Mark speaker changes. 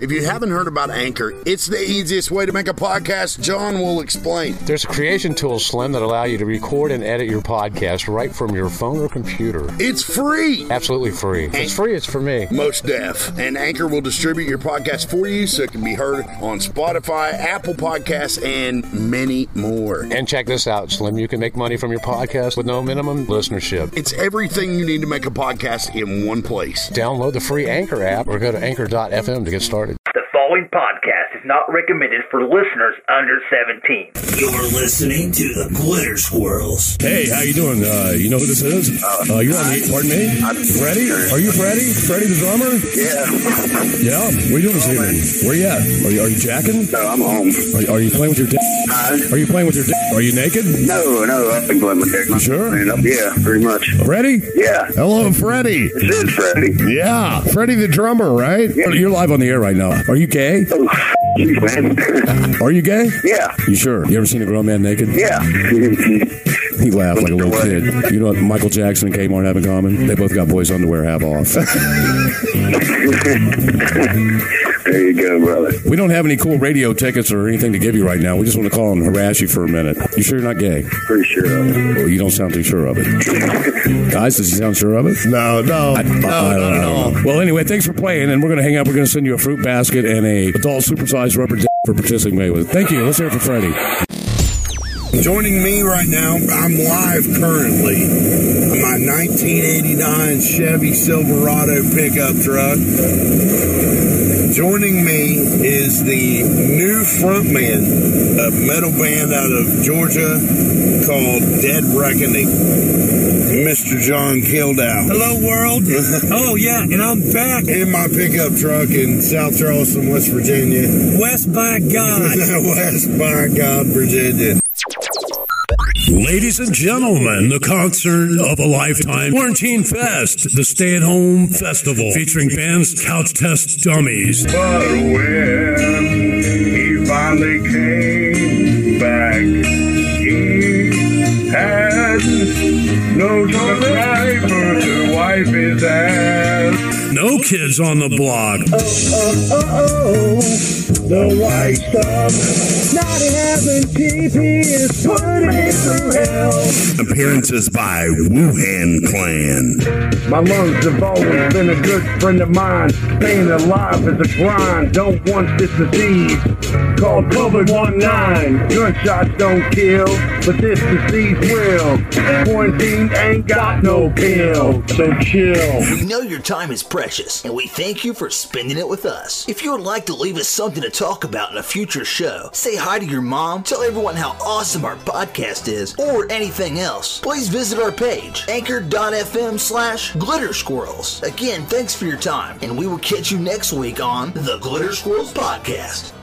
Speaker 1: If you haven't heard about Anchor, it's the easiest way to make a podcast. John will explain.
Speaker 2: There's creation tools, Slim, that allow you to record and edit your podcast right from your phone or computer.
Speaker 1: It's free.
Speaker 2: Absolutely free. If it's free, it's for me.
Speaker 1: Most deaf. And Anchor will distribute your podcast for you so it can be heard on Spotify, Apple Podcasts, and many more.
Speaker 2: And check this out, Slim. You can make money from your podcast with no minimum listenership.
Speaker 1: It's everything you need to make a podcast in one place.
Speaker 2: Download the free Anchor app or go to anchor.fm to get started.
Speaker 3: The following podcast is not recommended for listeners under 17.
Speaker 4: You're listening to the Glitter Squirrels.
Speaker 5: Hey, how you doing? Uh, you know who this is? Uh, you're on the. Pardon me. I'm Freddy. Are you Freddy? Freddy the drummer?
Speaker 6: Yeah.
Speaker 5: Yeah. What are you doing this evening? Where you at? Are you, are you jacking?
Speaker 6: No, I'm home.
Speaker 5: Are, are you playing with your dick?
Speaker 6: Huh?
Speaker 5: Are you playing with your dick? Are you naked?
Speaker 6: No, no, I've been playing my dick. my
Speaker 5: Sure.
Speaker 6: man up. Yeah, pretty much.
Speaker 5: Freddy.
Speaker 6: Yeah,
Speaker 5: Hello, Freddy.
Speaker 6: this is Freddy.
Speaker 5: Yeah, Freddy the drummer, right? You're live on the air right now. Are you gay?
Speaker 6: Oh, f- you, man.
Speaker 5: Are you gay?
Speaker 6: yeah,
Speaker 5: You sure? You ever seen a grown man naked?
Speaker 6: yeah.
Speaker 5: He laughed like a little kid. You know what Michael Jackson and Kmart have in common? They both got boys' underwear half off.
Speaker 6: there you go, brother.
Speaker 5: We don't have any cool radio tickets or anything to give you right now. We just want to call and harass you for a minute. You sure you're not gay?
Speaker 6: Pretty sure of it.
Speaker 5: Well, you don't sound too sure of it. Guys, does he sound sure of it?
Speaker 7: No, no,
Speaker 5: I-
Speaker 7: no,
Speaker 5: I- I don't
Speaker 7: not at
Speaker 5: know.
Speaker 7: all.
Speaker 5: Well, anyway, thanks for playing, and we're going to hang up. We're going to send you a fruit basket and a adult supersized rubber d- for participating with. Thank you. Let's hear it for Freddie.
Speaker 7: Joining me right now, I'm live currently on my 1989 Chevy Silverado pickup truck. Joining me is the new frontman of metal band out of Georgia called Dead Reckoning, Mr. John Kildow.
Speaker 8: Hello, world. oh, yeah, and I'm back.
Speaker 7: In my pickup truck in South Charleston, West Virginia.
Speaker 8: West by God.
Speaker 7: West by God, Virginia.
Speaker 4: Ladies and gentlemen, the concert of a lifetime, Quarantine Fest, the stay at home festival, featuring bands Couch Test Dummies,
Speaker 9: But when he finally came back, he had no driver to wipe his ass.
Speaker 4: No Kids on the Block,
Speaker 9: The white stuff, not having TP is putting through hell.
Speaker 4: appearances by Wuhan Clan,
Speaker 9: My lungs have always Oh, been a good friend of mine. Staying alive is a grind. Don't want this disease called COVID-19. Gunshots don't kill, but this disease will. Quarantine ain't got no pill, so chill.
Speaker 10: We know your time is precious, and we thank you for spending it with us. If you would like to leave us something to talk about in a future show, say hi to your mom, tell everyone how awesome our podcast is, or anything else, please visit our page, anchor.fm slash glitter squirrels. Again, thanks for your time, and we will catch you next week on the Glitter Squirrels Podcast.